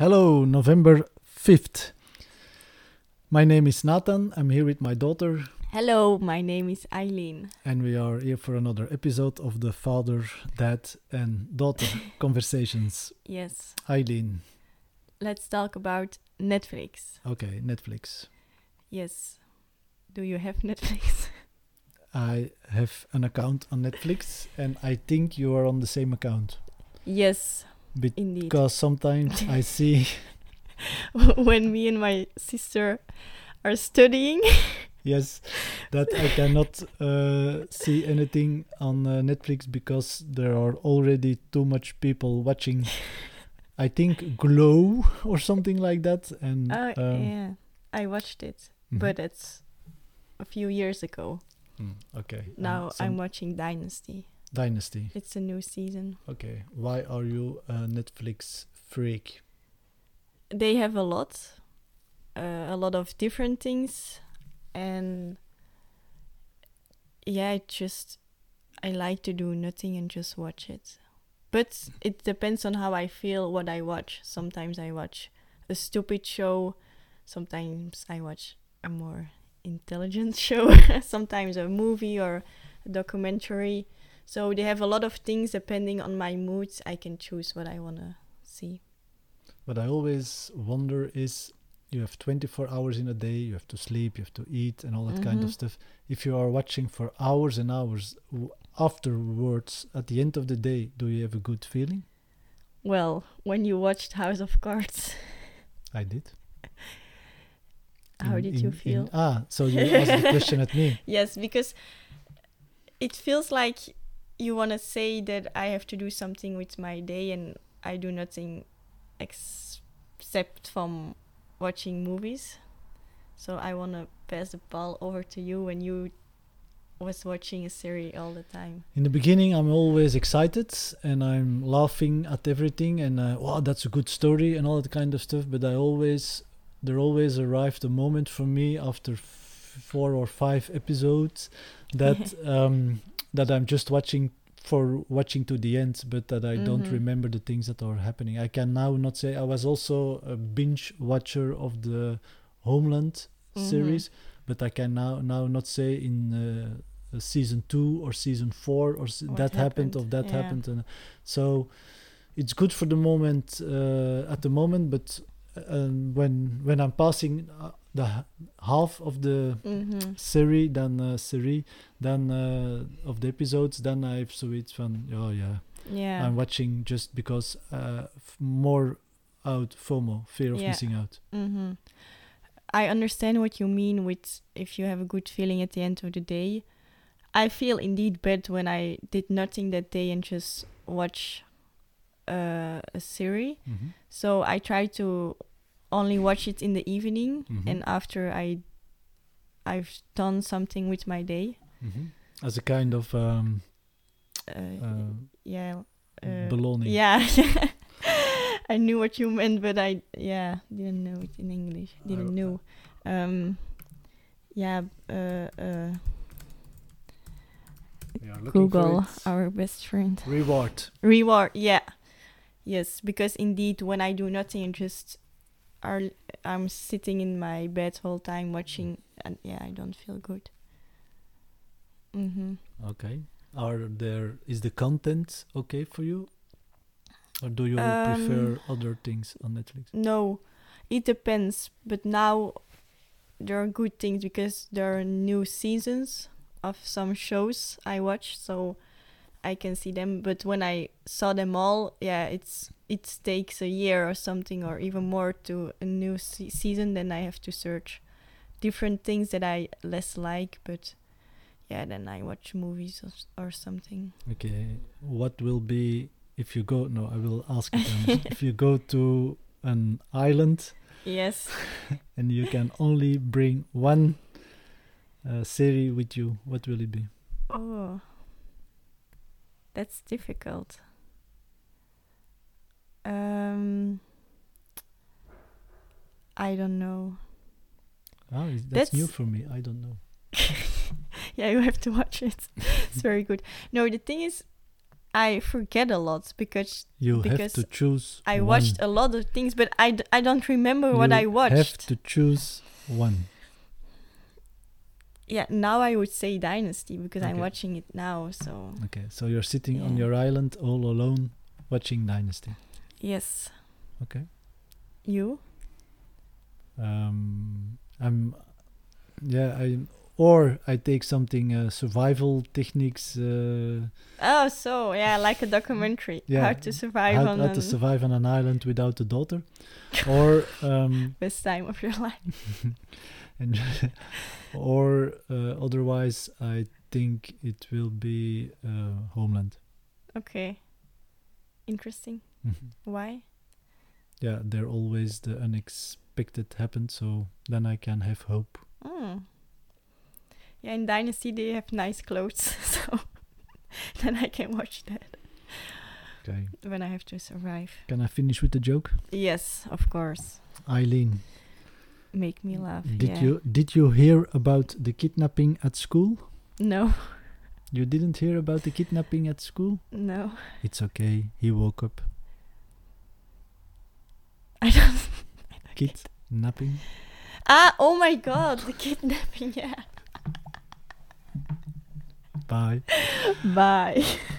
Hello, November 5th. My name is Nathan. I'm here with my daughter, Hello, my name is Eileen. and we are here for another episode of the Father, Dad, and Daughter Conversations. Yes, Eileen, let's talk about Netflix. okay, Netflix. Yes, do you have Netflix? I have an account on Netflix, and I think you are on the same account yes, indeed. because sometimes I see, when me and my sister are studying, yes, that I cannot uh, see anything on uh, Netflix because there are already too much people watching. I think Glow or something like that, and oh um, yeah, I watched it, mhm. but it's a few years ago. Mm, okay. and Now Ah, some I'm watching Dynasty. Dynasty. It's a new season. Okay. Why are you a Netflix freak? They have a lot, uh, a lot of different things, and yeah, I just I like to do nothing and just watch it. But it depends on how I feel what I watch. Sometimes I watch a stupid show, sometimes I watch a more intelligent show, sometimes a movie or a documentary. So they have a lot of things depending on my mood. I can choose what I want to see. What I always wonder is you have 24 hours in a day, you have to sleep, you have to eat, and all that kind of Mhm. stuff. If you are watching for hours and hours w- afterwards, at the end of the day, do you have a good feeling? Well, when you watched House of Cards, I did. how In- did in- you in- feel? ah, so you asked the question at me. yes, because it feels like you want to say that I have to do something with my day and I do nothing ex- except from watching movies. So I want to pass the ball over to you when you was watching a series all the time. In the beginning, I'm always excited and I'm laughing at everything and uh, wow, that's a good story and all that kind of stuff. But I always, there always arrived a moment for me after f- four or five episodes that um, that I'm just watching for watching to the end, but that I don't Mhm. remember the things that are happening. I can now not say I was also a binge watcher of the Homeland Mhm. series, but I can now now not say in uh, uh, season two or season four or se- What that happened, happened, or that yeah. happened, and so it's good for the moment uh, at the moment, but um, when when I'm passing uh, the h- half of the Mm-hmm. series, then uh, series, then uh, of the episodes, then I've so it's fun. Oh yeah, Yeah. I'm watching just because uh, f- more out FOMO, fear of Yeah. missing out. Mm-hmm. I understand what you mean with if you have a good feeling at the end of the day. I feel indeed bad when I did nothing that day and just watch uh, a series. Mm-hmm. So I try to only watch it in the evening Mhm. and after I I've done something with my day. Mm-hmm. As a kind of um, Uh, uh, yeah. Uh, baloney. yeah. I knew what you meant, but I yeah didn't know it in English. I- Didn't know. Um, yeah. Uh, uh, We are looking for Google, it. our best friend. reward. Reward. Yeah. Yes, because indeed, when I do nothing, and just are I'm sitting in my bed whole time watching, and yeah, I don't feel good. Mm-hmm. Okay. Are there is the content okay for you? Or do you Um, prefer other things on Netflix? No, it depends. But now there are good things because there are new seasons of some shows I watch, so I can see them. But when I saw them all, yeah, it's it takes a year or something or even more to a new se- season. Then I have to search different things that I less like, but. Yeah, then I watch movies or, s- or something. Okay. What will be if you go no, I will ask it then. if you go to an island Yes. and you can only bring one uh, series with you, what will it be? Oh, that's difficult. Um, I don't know. Ah, is- that's, new That's- for me. I don't know. yeah, you have to watch it. it's very good. No, the thing is, I forget a lot because You have Because to choose. I one. watched a lot of things, but I, d- I don't remember what You I Have watched. to choose one. Yeah, now I would say Dynasty because I'm Okay. watching it now. So Okay, so you're sitting on Yeah. your island all alone, watching Dynasty. yes, Okay. you Um, I'm, yeah, I or I take something uh, survival techniques. Uh, oh so yeah like a documentary Yeah, how to survive how, on how to the survive on an island without a daughter, or um, best time of your life. and or uh, otherwise I think it will be uh, Homeland. Okay, interesting. Why? Mm-hmm. yeah, there always the unexpected happens, so then I can have hope. Mm. Yeah, in Dynasty they have nice clothes, so then I can watch that Okay. when I have to survive. Can I finish with the joke, Yes, of course. Eileen? Make me laugh. Did yeah. you did you hear about the kidnapping at school? No, You didn't hear about the kidnapping at school? no. It's okay. He woke up. I don't. Kidnapping. Ah, oh my god, the kidnapping, yeah. Bye. Bye.